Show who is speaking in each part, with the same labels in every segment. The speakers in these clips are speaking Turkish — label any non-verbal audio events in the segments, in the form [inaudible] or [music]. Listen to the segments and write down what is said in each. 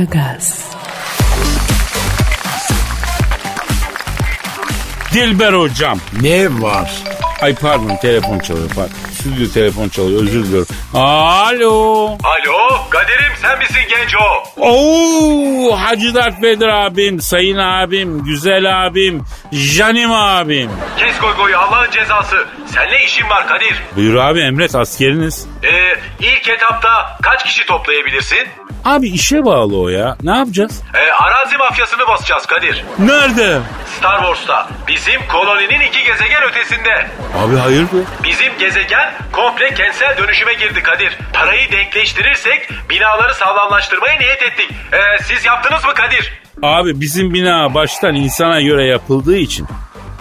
Speaker 1: Aragaz,
Speaker 2: Dilber hocam.
Speaker 3: Ne var?
Speaker 2: Ay pardon telefon çalıyor pardon. Stüdyo telefon çalıyor özür diliyorum. Alo.
Speaker 4: Alo Kadir'im sen misin genç o?
Speaker 2: Oo, Hacı Dert Vedir abim, Sayın abim, Güzel abim, Janim abim.
Speaker 4: Kes koy koyu Allah'ın cezası. Seninle işim var Kadir.
Speaker 2: Buyur abi emret askeriniz.
Speaker 4: Ee, ilk etapta kaç kişi toplayabilirsin?
Speaker 2: Abi işe bağlı o ya. Ne yapacağız?
Speaker 4: Ee, arazi mafyasını basacağız Kadir.
Speaker 2: Nerede?
Speaker 4: Star Wars'ta bizim koloninin iki gezegen ötesinde.
Speaker 2: Abi hayırdır?
Speaker 4: Bizim gezegen komple kentsel dönüşüme girdi Kadir. Parayı denkleştirirsek binaları sağlamlaştırmaya niyet ettik. Ee, siz yaptınız mı Kadir?
Speaker 2: Abi bizim bina baştan insana göre yapıldığı için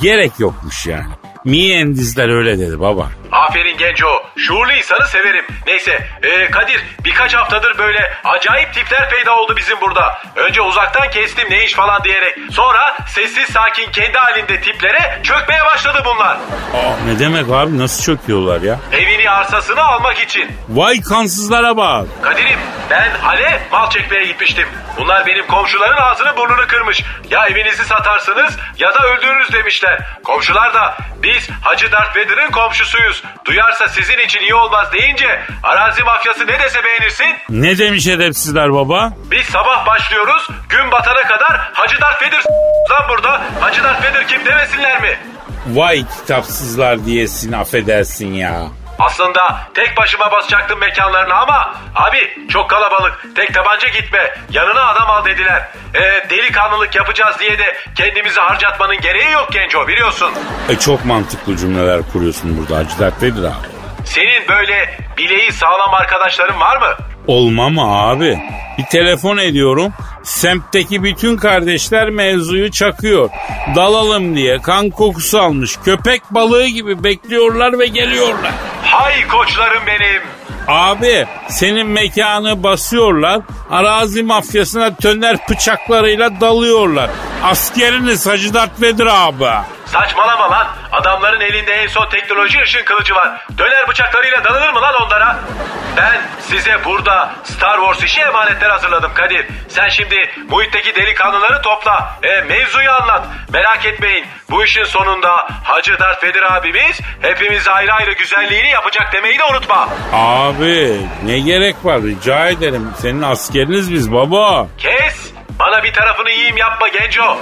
Speaker 2: gerek yokmuş yani. Miyendizler öyle dedi baba.
Speaker 4: Aferin Genco. Şuurlu insanı severim. Neyse ee, Kadir birkaç haftadır böyle acayip tipler peyda oldu bizim burada. Önce uzaktan kestim ne iş falan diyerek. Sonra sessiz sakin kendi halinde tiplere çökmeye başladı bunlar.
Speaker 2: Aa, Ah, ne demek abi nasıl çöküyorlar ya?
Speaker 4: Evini arsasını almak için.
Speaker 2: Vay kansızlara bak.
Speaker 4: Kadir'im ben Ale mal çekmeye gitmiştim. Bunlar benim komşuların ağzını burnunu kırmış. Ya evinizi satarsınız ya da öldürürüz demişler. Komşular da biz Hacı Dert Vedir'in komşusuyuz. Duyarsa sizin için iyi olmaz deyince arazi mafyası ne dese beğenirsin.
Speaker 2: Ne demiş edepsizler baba?
Speaker 4: Biz sabah başlıyoruz gün batana kadar Hacı Dert Vedir s- lan burada. Hacı Dert Vedir kim demesinler mi?
Speaker 2: Vay kitapsızlar diyesin affedersin ya.
Speaker 4: Aslında tek başıma basacaktım mekanlarına ama abi çok kalabalık tek tabanca gitme yanına adam al dediler. Ee, delikanlılık yapacağız diye de kendimizi harcatmanın gereği yok genco biliyorsun.
Speaker 2: E çok mantıklı cümleler kuruyorsun burada Hacı Dert Vedir abi.
Speaker 4: Senin böyle bileği sağlam arkadaşların var mı?
Speaker 2: Olmam abi. Bir telefon ediyorum. Semtteki bütün kardeşler mevzuyu çakıyor. Dalalım diye kan kokusu almış. Köpek balığı gibi bekliyorlar ve geliyorlar.
Speaker 4: Hay koçlarım benim.
Speaker 2: Abi senin mekanı basıyorlar. Arazi mafyasına töner bıçaklarıyla dalıyorlar. Askeriniz Hacı Dert Vedir abi.
Speaker 4: Saçmalama lan. Adamların elinde en son teknoloji ışın kılıcı var. Döner bıçaklarıyla dalanır mı lan onlara? Ben size burada Star Wars işi emanetler hazırladım Kadir. Sen şimdi muhitteki delikanlıları topla. E, mevzuyu anlat. Merak etmeyin. Bu işin sonunda Hacı Dert Vedir abimiz hepimiz ayrı ayrı güzelliğini yapacak demeyi de unutma.
Speaker 2: Abi ne gerek var rica ederim. Senin askeriniz biz baba.
Speaker 4: Kes! Bana bir tarafını yiyeyim yapma genco.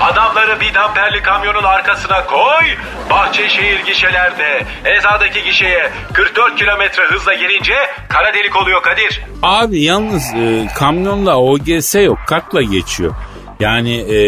Speaker 4: Adamları bir damperli kamyonun arkasına koy. Bahçeşehir gişelerde, Eza'daki gişeye 44 kilometre hızla girince kara delik oluyor Kadir.
Speaker 2: Abi yalnız e, kamyonla OGS yok kartla geçiyor. Yani e,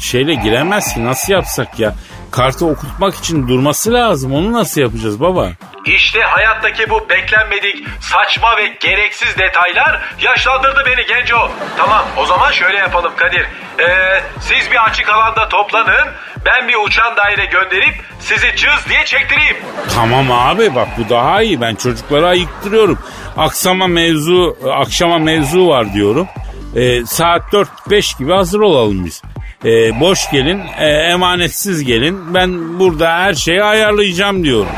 Speaker 2: şeyle giremez ki nasıl yapsak ya? Kartı okutmak için durması lazım onu nasıl yapacağız baba?
Speaker 4: İşte hayattaki bu beklenmedik, saçma ve gereksiz detaylar yaşlandırdı beni genco. Tamam o zaman şöyle yapalım Kadir. Ee, siz bir açık alanda toplanın. Ben bir uçan daire gönderip sizi cız diye çektireyim.
Speaker 2: Tamam abi bak bu daha iyi ben çocuklara ayıktırıyorum. Aksama mevzu akşama mevzu var diyorum. E, saat 4-5 gibi hazır olalım biz. E, boş gelin e, emanetsiz gelin ben burada her şeyi ayarlayacağım diyorum.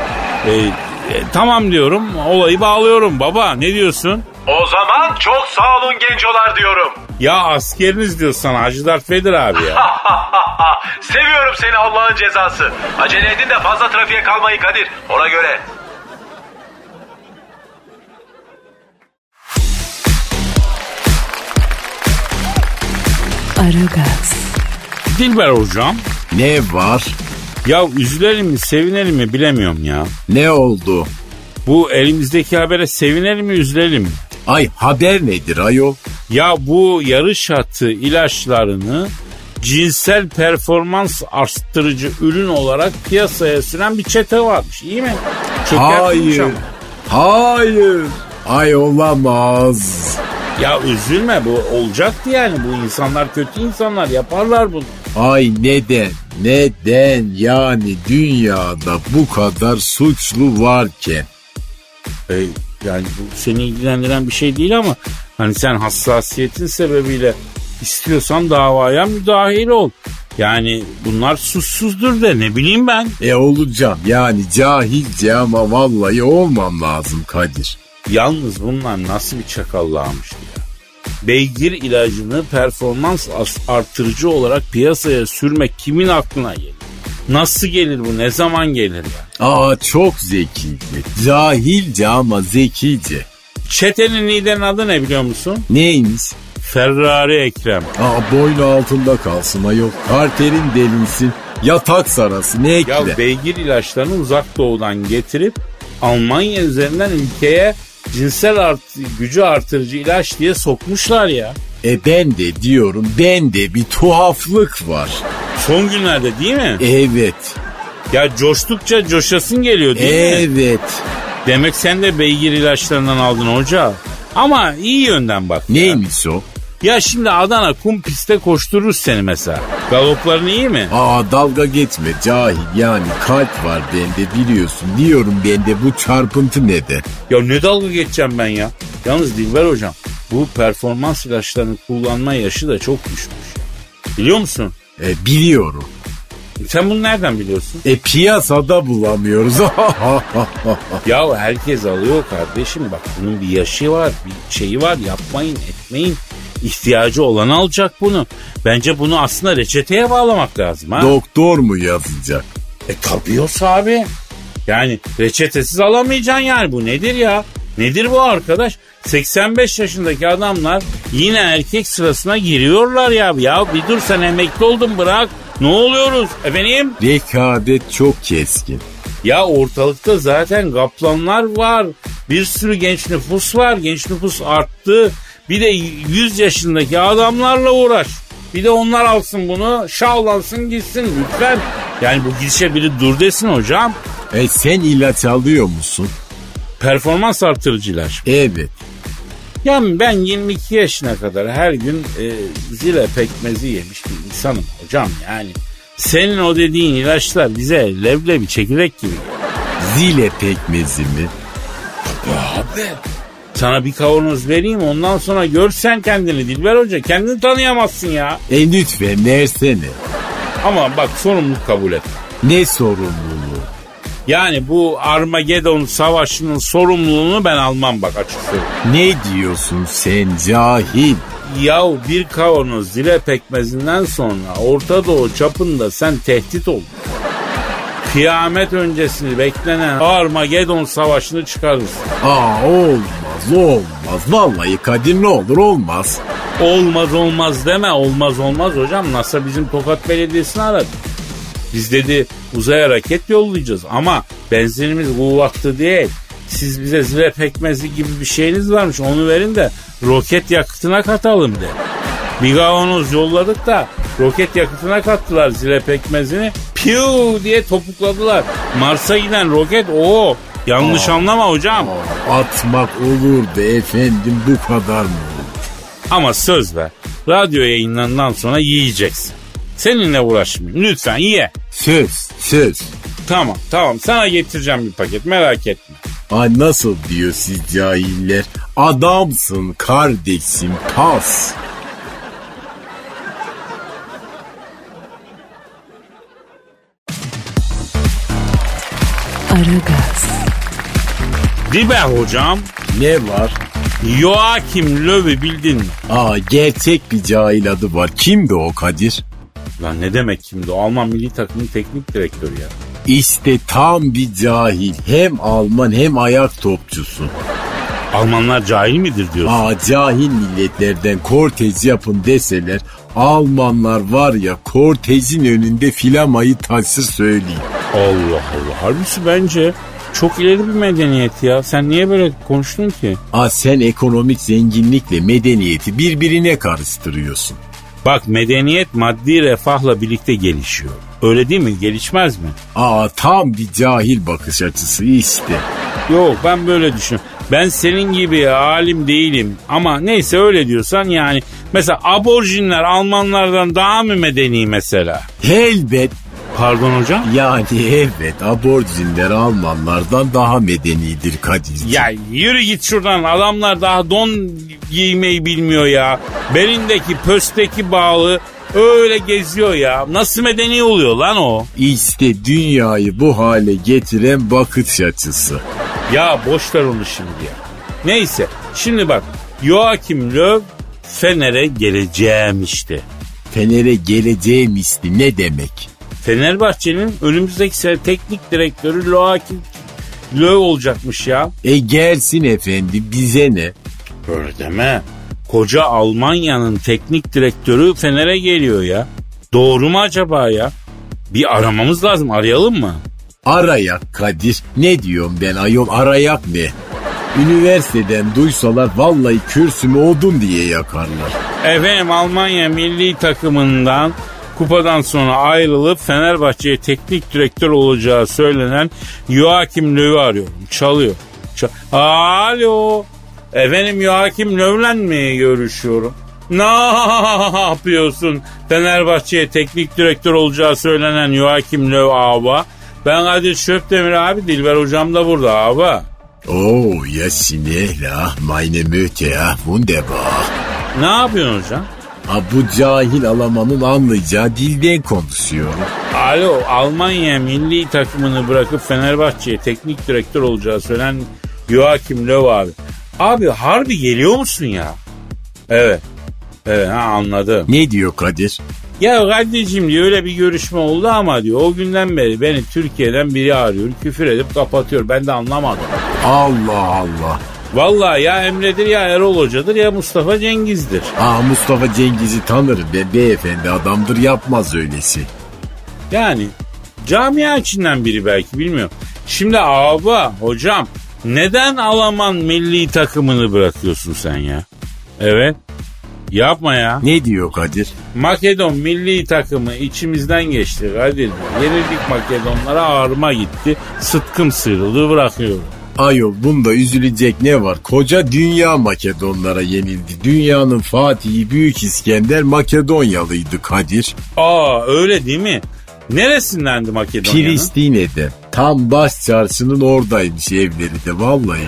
Speaker 2: E, e, tamam diyorum olayı bağlıyorum baba ne diyorsun?
Speaker 4: O zaman çok sağ olun gencolar diyorum.
Speaker 2: Ya askeriniz diyor sana Hacı Dert Vedir abi
Speaker 4: [laughs]
Speaker 2: ya.
Speaker 4: Seviyorum seni Allah'ın cezası. Acele edin de fazla trafiğe kalmayın Kadir. Ona göre.
Speaker 1: Aragaz,
Speaker 2: Dilber hocam
Speaker 3: Ne var?
Speaker 2: ya üzülelim mi sevinelim mi bilemiyorum ya.
Speaker 3: Ne oldu?
Speaker 2: Bu elimizdeki habere sevinelim mi üzülelim mi?
Speaker 3: Ay haber nedir ayol?
Speaker 2: Ya bu yarış hattı ilaçlarını cinsel performans arttırıcı ürün olarak piyasaya süren bir çete varmış. İyi mi? Çok yakınmış
Speaker 3: Hayır.
Speaker 2: ama.
Speaker 3: Hayır. Ay olamaz.
Speaker 2: Ya üzülme bu olacaktı yani. Bu insanlar kötü insanlar yaparlar bunu.
Speaker 3: Ay neden? Neden yani dünyada bu kadar suçlu varken?
Speaker 2: E, yani bu seni ilgilendiren bir şey değil ama hani sen hassasiyetin sebebiyle istiyorsan davaya müdahil ol. Yani bunlar suçsuzdur de ne bileyim ben.
Speaker 3: E olacağım yani cahilce ama vallahi olmam lazım Kadir.
Speaker 2: Yalnız bunlar nasıl bir çakallağmıştı ya. beygir ilacını performans as- artırıcı olarak piyasaya sürmek kimin aklına gelir? Nasıl gelir bu? Ne zaman gelir ya?
Speaker 3: Aa çok zekice. Cahilce ama zekice.
Speaker 2: Çetenin liderinin adı ne biliyor musun?
Speaker 3: Neymiş?
Speaker 2: Ferrari Ekrem.
Speaker 3: Aa boynu altında kalsın ayol. Arterin delinsin. Yatak sarası ne ekle.
Speaker 2: Ya beygir ilaçlarını uzak doğudan getirip Almanya üzerinden ülkeye cinsel art- gücü artırıcı ilaç diye sokmuşlar ya.
Speaker 3: E ben de diyorum ben de bir tuhaflık var.
Speaker 2: Son günlerde değil mi?
Speaker 3: E- Evet.
Speaker 2: Ya coştukça coşasın geliyor değil
Speaker 3: E-
Speaker 2: mi?
Speaker 3: Evet.
Speaker 2: Demek sen de beygir ilaçlarından aldın hoca. Ama iyi yönden bak. ya.
Speaker 3: Neymiş o?
Speaker 2: Ya şimdi Adana kum piste koşturur seni mesela. Galopların iyi mi?
Speaker 3: Aa dalga geçme cahil yani kalp var bende biliyorsun. Diyorum bende bu çarpıntı ne de.
Speaker 2: Ya ne dalga geçeceğim ben ya? Yalnız Dilber hocam bu performans ilaçlarını kullanma yaşı da çok düşmüş. Biliyor musun?
Speaker 3: E, biliyorum.
Speaker 2: Sen bunu nereden biliyorsun?
Speaker 3: E piyasada bulamıyoruz. [laughs]
Speaker 2: Ya herkes alıyor kardeşim bak bunun bir yaşı var bir şeyi var yapmayın etmeyin. İhtiyacı olan alacak bunu. Bence bunu aslında reçeteye bağlamak lazım ha.
Speaker 3: Doktor mu yazacak?
Speaker 2: E tabii yoksa abi. Yani reçetesiz alamayacaksın yani bu nedir ya? Nedir bu arkadaş? 85 yaşındaki adamlar yine erkek sırasına giriyorlar ya. Ya bir dur sen emekli oldun bırak. Ne oluyoruz efendim?
Speaker 3: Rekabet çok keskin.
Speaker 2: Ya ortalıkta zaten kaplanlar var. Bir sürü genç nüfus var. Genç nüfus arttı. Bir de 100 yaşındaki adamlarla uğraş. Bir de onlar alsın bunu şavlansın gitsin lütfen. Yani bu gidişe biri dur desin hocam.
Speaker 3: E sen ilaç alıyor musun?
Speaker 2: Performans artırıcı ilaç.
Speaker 3: Evet.
Speaker 2: Yani ben 22 yaşına kadar her gün e, zile pekmezi yemiş bir insanım hocam yani. Senin o dediğin ilaçlar bize leblebi çekirdek gibi.
Speaker 3: Zile pekmezi mi?
Speaker 2: Sana bir kavanoz vereyim ondan sonra görsen kendini Dilber Hoca. Kendini tanıyamazsın ya.
Speaker 3: E lütfen versene.
Speaker 2: Ama bak sorumluluk kabul et.
Speaker 3: Ne sorumluluğu?
Speaker 2: Yani bu Armageddon savaşının sorumluluğunu ben almam bak açıkçası.
Speaker 3: Ne diyorsun sen cahil?
Speaker 2: Yahu bir kavanoz zile pekmezinden sonra Orta Doğu çapında sen tehdit oldun. Kıyamet öncesini beklenen Armageddon savaşını çıkarırsın.
Speaker 3: Aa olmaz olmaz. Vallahi Kadir ne olur olmaz.
Speaker 2: Olmaz olmaz deme olmaz olmaz hocam. NASA bizim Tokat Belediyesi'ni aradı. Biz dedi uzaya raket yollayacağız ama benzinimiz kuvvetli değil. Siz bize zile pekmezi gibi bir şeyiniz varmış onu verin de roket yakıtına katalım de. Bir kavanoz yolladık da roket yakıtına kattılar zile pekmezini. Piu diye topukladılar. Mars'a giden roket o. Yanlış anlama hocam.
Speaker 3: Atmak olurdu efendim bu kadar mı olur?
Speaker 2: Ama söz ver. Radyo yayınlarından sonra yiyeceksin. Seninle uğraşmayayım. Lütfen ye.
Speaker 3: Söz söz.
Speaker 2: Tamam tamam sana getireceğim bir paket merak etme.
Speaker 3: Ay nasıl diyor siz cahiller? Adamsın kardeşim pas.
Speaker 1: Aragaz,
Speaker 2: Dibe hocam
Speaker 3: Ne var?
Speaker 2: Joachim Löw'ü bildin mi?
Speaker 3: Aa gerçek bir cahil adı var. Kimdi o Kadir?
Speaker 2: Lan ne demek şimdi o Alman milli takımın teknik direktörü ya.
Speaker 3: İşte tam bir cahil. Hem Alman hem ayak topçusu.
Speaker 2: Almanlar cahil midir diyorsun?
Speaker 3: Aa cahil milletlerden kortej yapın deseler Almanlar var ya kortejin önünde filamayı taşır söyleyeyim.
Speaker 2: Allah Allah harbisi bence çok ileri bir medeniyet ya. Sen niye böyle konuştun ki?
Speaker 3: Aa sen ekonomik zenginlikle medeniyeti birbirine karıştırıyorsun.
Speaker 2: Bak medeniyet maddi refahla birlikte gelişiyor. Öyle değil mi? Gelişmez mi?
Speaker 3: Aa tam bir cahil bakış açısı işte.
Speaker 2: Yok ben böyle düşünüyorum. Ben senin gibi alim değilim ama neyse öyle diyorsan yani mesela aborjinler Almanlardan daha mı medeni mesela?
Speaker 3: Elbet
Speaker 2: Pardon hocam?
Speaker 3: yani evet aborjinler Almanlardan daha medenidir Kadir.
Speaker 2: Ya yürü git şuradan adamlar daha don giymeyi bilmiyor ya. Belindeki pösteki bağlı öyle geziyor ya. Nasıl medeni oluyor lan o?
Speaker 3: İşte dünyayı bu hale getiren bakış açısı.
Speaker 2: Ya boş ver onu şimdi ya. Neyse şimdi bak Joachim Löw Fener'e geleceğim işte.
Speaker 3: Fener'e geleceğim isti ne demek?
Speaker 2: Fenerbahçe'nin önümüzdeki sene teknik direktörü Loakim Löw olacakmış ya.
Speaker 3: E gelsin efendi bize ne?
Speaker 2: Öyle deme. Koca Almanya'nın teknik direktörü Fener'e geliyor ya. Doğru mu acaba ya? Bir aramamız lazım arayalım mı?
Speaker 3: Arayak Kadir. Ne diyorum ben ayol arayak ne? Üniversiteden duysalar vallahi kürsümü odun diye yakarlar.
Speaker 2: Efendim Almanya milli takımından kupadan sonra ayrılıp Fenerbahçe'ye teknik direktör olacağı söylenen Joachim Löw'ü arıyorum. Çalıyor. Çal- Alo. Efendim Joachim Löw'le mi görüşüyorum? Ne yapıyorsun? Fenerbahçe'ye teknik direktör olacağı söylenen Joachim Löw abi. Ben Kadir Şöpdemir abi, Dilber hocam da burada abi.
Speaker 3: Oo ya sinehla meine Müte ja, wunderbar.
Speaker 2: Ne yapıyorsun hocam?
Speaker 3: Ha bu cahil alamanın anlayacağı dilden konuşuyorum.
Speaker 2: Alo Almanya milli takımını bırakıp Fenerbahçe'ye teknik direktör olacağı söylenen Joachim Löw abi. Abi harbi geliyor musun ya? Evet. Evet ha anladım.
Speaker 3: Ne diyor Kadir?
Speaker 2: Ya kardeşim diyor öyle bir görüşme oldu ama diyor o günden beri beni Türkiye'den biri arıyor küfür edip kapatıyor ben de anlamadım.
Speaker 3: Allah Allah.
Speaker 2: Vallahi ya Emre'dir ya Erol Hoca'dır ya Mustafa Cengiz'dir.
Speaker 3: Aa Mustafa Cengiz'i tanırım ve beyefendi adamdır yapmaz öylesi.
Speaker 2: Yani camia içinden biri belki bilmiyorum. Şimdi abi hocam neden Alman milli takımını bırakıyorsun sen ya? Evet. Yapma ya.
Speaker 3: Ne diyor Kadir?
Speaker 2: Makedon milli takımı içimizden geçti Kadir. Yenildik Makedonlara ağrıma gitti. Sıtkım sıyrıldı bırakıyorum.
Speaker 3: Ayol bunda üzülecek ne var? Koca dünya Makedonlara yenildi. Dünyanın Fatih'i Büyük İskender Makedonyalıydı Kadir.
Speaker 2: Aa öyle değil mi? Neresindendi Makedonya'nın?
Speaker 3: Priştine'de. Tam baş çarşının oradaymış evleri de vallahi.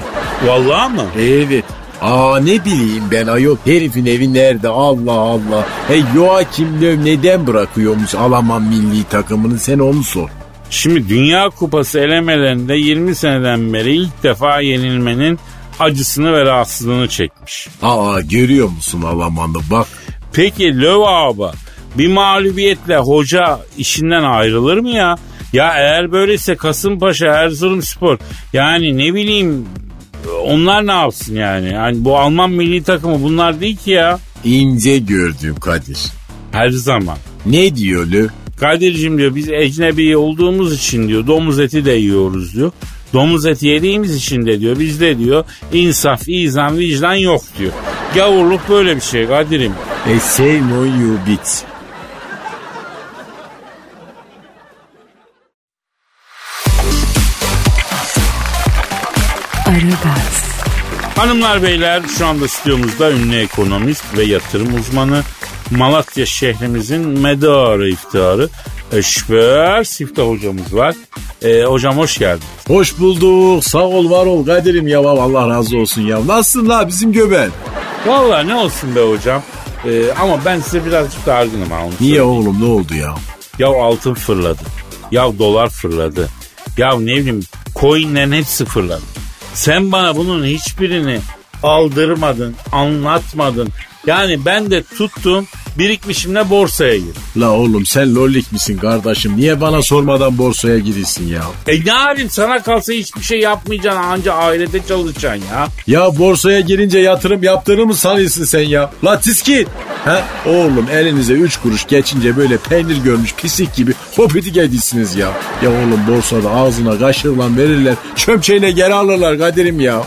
Speaker 2: Vallahi mı?
Speaker 3: Evet. Aa ne bileyim ben ayol herifin evi nerede Allah Allah. Hey Joachim Löw neden bırakıyormuş Alman milli takımını sen onu sor.
Speaker 2: Şimdi Dünya Kupası elemelerinde 20 seneden beri ilk defa yenilmenin acısını ve rahatsızlığını çekmiş.
Speaker 3: Aa görüyor musun Almanlı bak.
Speaker 2: Peki Löw abi bir mağlubiyetle hoca işinden ayrılır mı ya? Ya eğer böyleyse Kasımpaşa, Erzurumspor yani ne bileyim onlar ne yapsın yani? Yani bu Alman milli takımı bunlar değil ki ya.
Speaker 3: ince gördüm Kadir.
Speaker 2: Her zaman.
Speaker 3: Ne diyor Löw?
Speaker 2: Kadir'cim diyor biz ecnebi olduğumuz için diyor domuz eti de yiyoruz diyor. Domuz eti yediğimiz için de diyor bizde diyor insaf, izan, vicdan yok diyor. Gavurluk böyle bir şey Kadir'im.
Speaker 3: E şey no you bit.
Speaker 1: Aragaz,
Speaker 2: Hanımlar beyler şu anda stüdyomuzda ünlü ekonomist ve yatırım uzmanı Malatya şehrimizin medarı iftiharı Eşber Siftah hocamız var. E, hocam hoş geldin.
Speaker 3: Hoş bulduk. Sağ ol var ol Kadir'im ya Allah razı olsun ya. Nasılsın la bizim göbel?
Speaker 2: Vallahi ne olsun be hocam. E, ama ben size birazcık dargınım. ha, onu
Speaker 3: Niye oğlum ne oldu ya?
Speaker 2: Ya altın fırladı. Ya dolar fırladı. Ya ne bileyim coinlerin hepsi fırladı. Sen bana bunun hiçbirini aldırmadın, anlatmadın. Yani ben de tuttum birikmişimle borsaya girdim.
Speaker 3: La oğlum sen lollik misin kardeşim? Niye bana sormadan borsaya girirsin ya?
Speaker 2: E ne yapayım sana kalsa hiçbir şey yapmayacaksın anca ahirete çalışacaksın ya.
Speaker 3: Ya borsaya girince yatırım yaptığını mı sanıyorsun sen ya? La tiskit! Ha? Oğlum elinize üç kuruş geçince böyle peynir görmüş pisik gibi hopidik edilsiniz ya. Ya oğlum borsada ağzına kaşırlan verirler. Çömçeğine geri alırlar Kadir'im ya.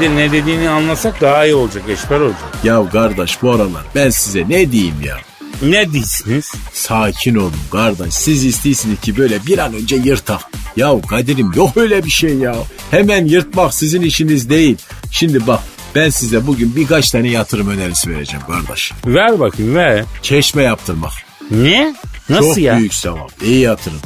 Speaker 2: Bir de ne dediğini anlasak daha iyi olacak Eşber olacak.
Speaker 3: Ya kardeş bu aralar ben size ne diyeyim ya?
Speaker 2: Ne diyorsunuz?
Speaker 3: Sakin olun kardeş. Siz istiyorsunuz ki böyle bir an önce yırtak. Ya Kadir'im yok öyle bir şey ya. Hemen yırtmak sizin işiniz değil. Şimdi bak ben size bugün birkaç tane yatırım önerisi vereceğim kardeş.
Speaker 2: Ver bakayım ver.
Speaker 3: Çeşme yaptırmak.
Speaker 2: Ne? Nasıl
Speaker 3: Çok
Speaker 2: ya?
Speaker 3: büyük sevap. İyi yatırım.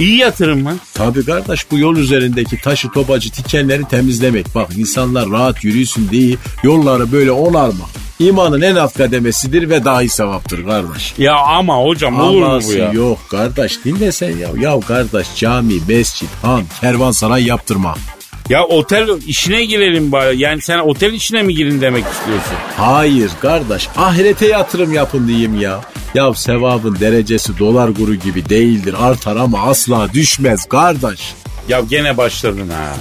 Speaker 2: İyi yatırım mı?
Speaker 3: Tabii kardeş bu yol üzerindeki taşı topacı tikenleri temizlemek. Bak insanlar rahat yürüsün diye yolları böyle onarmak. İmanın en alt kademesidir ve dahi sevaptır kardeş.
Speaker 2: Ya ama hocam olur mu bu
Speaker 3: Aması
Speaker 2: ya?
Speaker 3: yok kardeş dinle sen ya. Ya kardeş cami, mescit, han, kervansaray yaptırma.
Speaker 2: Ya otel işine girelim bari. Yani sen otel işine mi girin demek istiyorsun?
Speaker 3: Hayır kardeş ahirete yatırım yapın diyeyim ya. Ya sevabın derecesi dolar kuru gibi değildir artar ama asla düşmez kardeş.
Speaker 2: Ya gene başladın ha.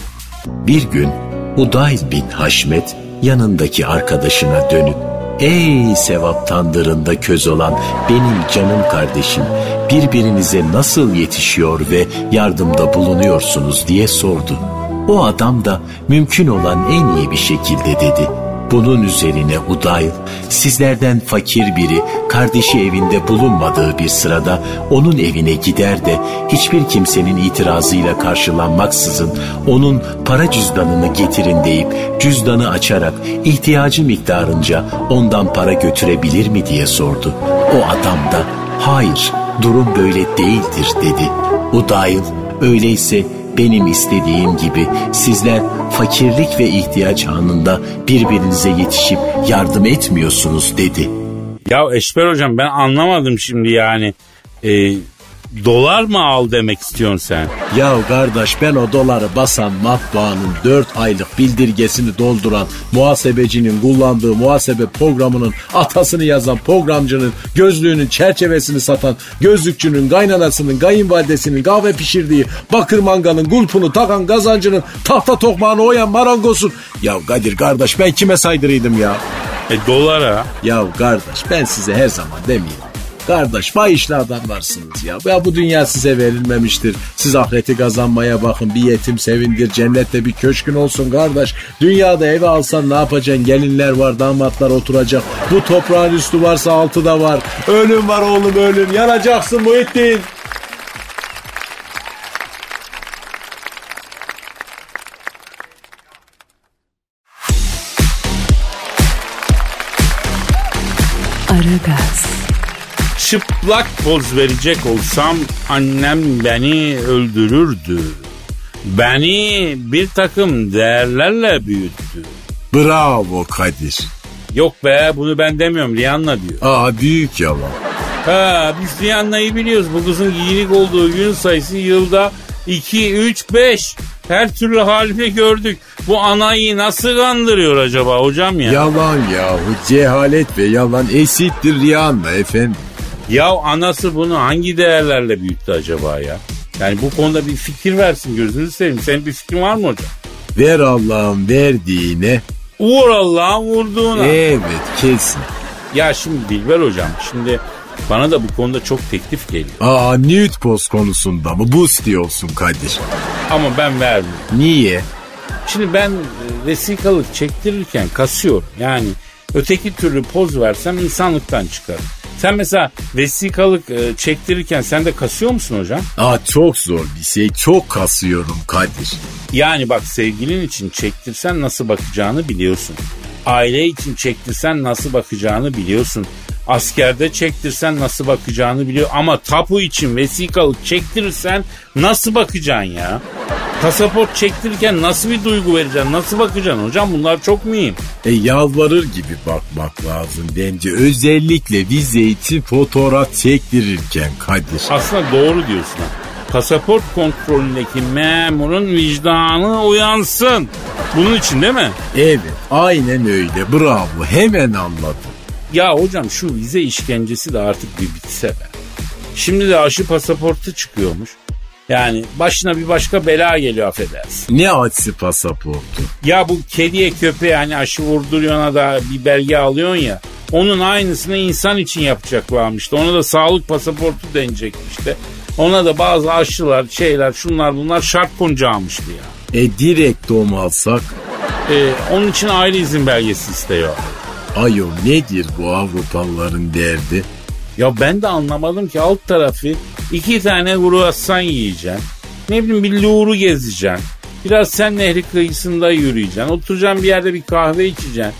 Speaker 5: Bir gün Hudayl bin Haşmet yanındaki arkadaşına dönüp Ey sevap tandırında köz olan benim canım kardeşim birbirinize nasıl yetişiyor ve yardımda bulunuyorsunuz diye sordu. O adam da mümkün olan en iyi bir şekilde dedi. Bunun üzerine Udayl sizlerden fakir biri kardeşi evinde bulunmadığı bir sırada onun evine gider de hiçbir kimsenin itirazıyla karşılanmaksızın onun para cüzdanını getirin deyip cüzdanı açarak ihtiyacı miktarınca ondan para götürebilir mi diye sordu. O adam da hayır durum böyle değildir dedi. Udayl öyleyse benim istediğim gibi sizler fakirlik ve ihtiyaç anında birbirinize yetişip yardım etmiyorsunuz dedi.
Speaker 2: Ya Eşber hocam ben anlamadım şimdi yani. Ee, dolar mı al demek istiyorsun sen?
Speaker 3: Ya kardeş ben o doları basan matbaanın 4 aylık bildirgesini dolduran muhasebecinin kullandığı muhasebe programının atasını yazan programcının gözlüğünün çerçevesini satan gözlükçünün kaynanasının kayınvalidesinin kahve pişirdiği bakır manganın gulpunu takan kazancının tahta tokmağını oyan marangosun. Ya Kadir kardeş ben kime saydırıydım ya?
Speaker 2: E dolara.
Speaker 3: Ya kardeş ben size her zaman demeyeyim. Kardeş vay işli adamlarsınız ya. Ya bu dünya size verilmemiştir. Siz ahireti kazanmaya bakın. Bir yetim sevindir. Cennette bir köşkün olsun kardeş. Dünyada eve alsan ne yapacaksın? Gelinler var, damatlar oturacak. Bu toprağın üstü varsa altı da var. Ölüm var oğlum ölüm. Yanacaksın Muhittin.
Speaker 1: Aragaz,
Speaker 2: Çıplak poz verecek olsam annem beni öldürürdü. Beni bir takım değerlerle büyüttü.
Speaker 3: Bravo Kadir.
Speaker 2: Yok be bunu ben demiyorum Rihanna diyor.
Speaker 3: Aa büyük yalan.
Speaker 2: Ha biz Rihanna'yı biliyoruz. Bu kızın giyinik olduğu gün sayısı yılda 2, 3, 5. Her türlü halini gördük. Bu anayı nasıl kandırıyor acaba hocam ya? Ya,
Speaker 3: Yalan yahu cehalet ve yalan eşittir Rihanna efendim.
Speaker 2: anası bunu hangi değerlerle büyüttü acaba ya? Yani bu konuda bir fikir versin gözünü seveyim. Senin bir fikrin var mı hocam?
Speaker 3: Ver Allah'ın verdiğine.
Speaker 2: Uğur Allah'ın vurduğuna.
Speaker 3: Evet kesin.
Speaker 2: Ya şimdi Dilber hocam şimdi bana da bu konuda çok teklif geliyor.
Speaker 3: Aa nude poz konusunda mı? Boost diyorsun Kadir.
Speaker 2: Ama ben vermiyorum.
Speaker 3: Niye?
Speaker 2: Şimdi ben e, vesikalık çektirirken kasıyorum. Yani öteki türlü poz versem insanlıktan çıkarım. Sen mesela vesikalık e, çektirirken sen de kasıyor musun hocam?
Speaker 3: Aa çok zor bir şey. Çok kasıyorum Kadir.
Speaker 2: Yani bak sevgilin için çektirsen nasıl bakacağını biliyorsun. Aile için çektirsen nasıl bakacağını biliyorsun. Askerde çektirsen nasıl bakacağını biliyor. Ama tapu için vesikalık çektirirsen nasıl bakacaksın ya? Pasaport çektirirken nasıl bir duygu vereceksin? Nasıl bakacaksın hocam? Bunlar çok mühim.
Speaker 3: E yalvarır gibi bakmak lazım bence. Özellikle vize için fotoğraf çektirirken Kadir.
Speaker 2: Aslında doğru diyorsun. ha. Pasaport kontrolündeki memurun vicdanı uyansın. Bunun için değil mi?
Speaker 3: Evet aynen öyle bravo hemen anladım.
Speaker 2: Ya hocam şu vize işkencesi de artık bir bitse be. Şimdi de aşı pasaportu çıkıyormuş. Yani başına bir başka bela geliyor affedersin.
Speaker 3: Ne açsı pasaportu.
Speaker 2: Ya bu kediye köpeğe hani aşı vurduruyorsun da bir belge alıyorsun ya. Onun aynısını insan için yapacaklarmış da. Ona da sağlık pasaportu denecekmiş de. Ona da bazı aşılar, şeyler, şunlar bunlar şart konacağımıştı ya.
Speaker 3: E direkt dom alsak
Speaker 2: Ee, onun için aile izin belgesi istiyor.
Speaker 3: ayo nedir bu Avrupalıların derdi?
Speaker 2: Ya ben de anlamadım ki alt tarafı iki tane kruvasan yiyeceksin. Ne bileyim bir luğru gezeceksin. Biraz sen nehri kıyısında yürüyeceksin. Oturacaksın bir yerde bir kahve içeceksin.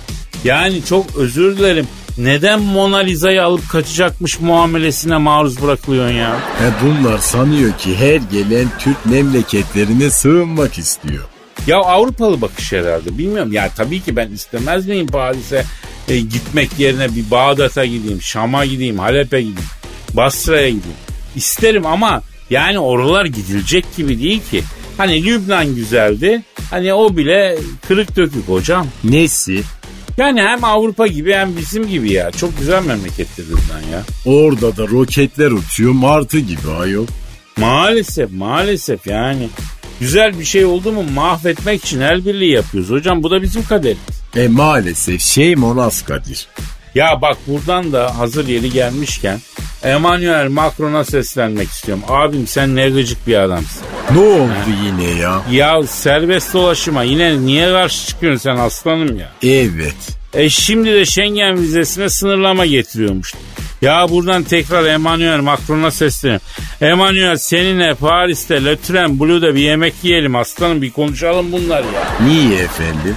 Speaker 2: Yani çok özür dilerim. Neden Mona Lisa'yı alıp kaçacakmış muamelesine maruz bırakılıyorsun ya?
Speaker 3: E bunlar sanıyor ki her gelen Türk memleketlerine sığınmak istiyor.
Speaker 2: Ya Avrupalı bakış herhalde bilmiyorum. Ya tabii ki ben istemez miyim Paris'e e, gitmek yerine bir Bağdat'a gideyim, Şam'a gideyim, Halep'e gideyim, Basra'ya gideyim. İsterim ama yani oralar gidilecek gibi değil ki. Hani Lübnan güzeldi. Hani o bile kırık dökük hocam.
Speaker 5: Nesi?
Speaker 2: Yani hem Avrupa gibi hem bizim gibi ya. Çok güzel memlekettir Lübnan ya.
Speaker 3: Orada da roketler uçuyor martı gibi ayol.
Speaker 2: Maalesef maalesef yani. Güzel bir şey oldu mu mahvetmek için el birliği yapıyoruz hocam. Bu da bizim kaderimiz.
Speaker 3: E maalesef şey Monas Kadir.
Speaker 2: Ya bak buradan da hazır yeri gelmişken Emmanuel Macron'a seslenmek istiyorum. Abim sen ne gıcık bir adamsın.
Speaker 3: Ne oldu yine ya?
Speaker 2: Ya serbest dolaşıma yine niye karşı çıkıyorsun sen aslanım ya?
Speaker 3: Evet.
Speaker 2: E şimdi de Schengen vizesine sınırlama getiriyormuş. Ya buradan tekrar Emmanuel Macron'a sesleniyorum. Emmanuel seninle Paris'te Le Tren Blue'da bir yemek yiyelim aslanım bir konuşalım bunlar ya.
Speaker 3: Niye efendim?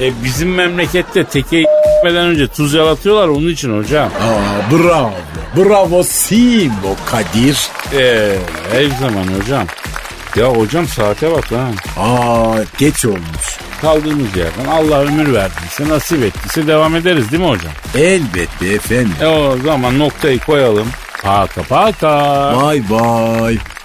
Speaker 2: E bizim memlekette [laughs] teke gitmeden önce tuz yalatıyorlar onun için hocam.
Speaker 3: Aa bravo. Bravo Simo Kadir.
Speaker 2: Eee her Ee, zaman hocam. Ya hocam saate bak ha.
Speaker 3: Aa geç olmuş.
Speaker 2: Kaldığımız yerden Allah ömür verdiyse nasip ettiyse devam ederiz değil mi hocam?
Speaker 3: Elbette efendim.
Speaker 2: E o zaman noktayı koyalım. Paka paka.
Speaker 3: Bay bay.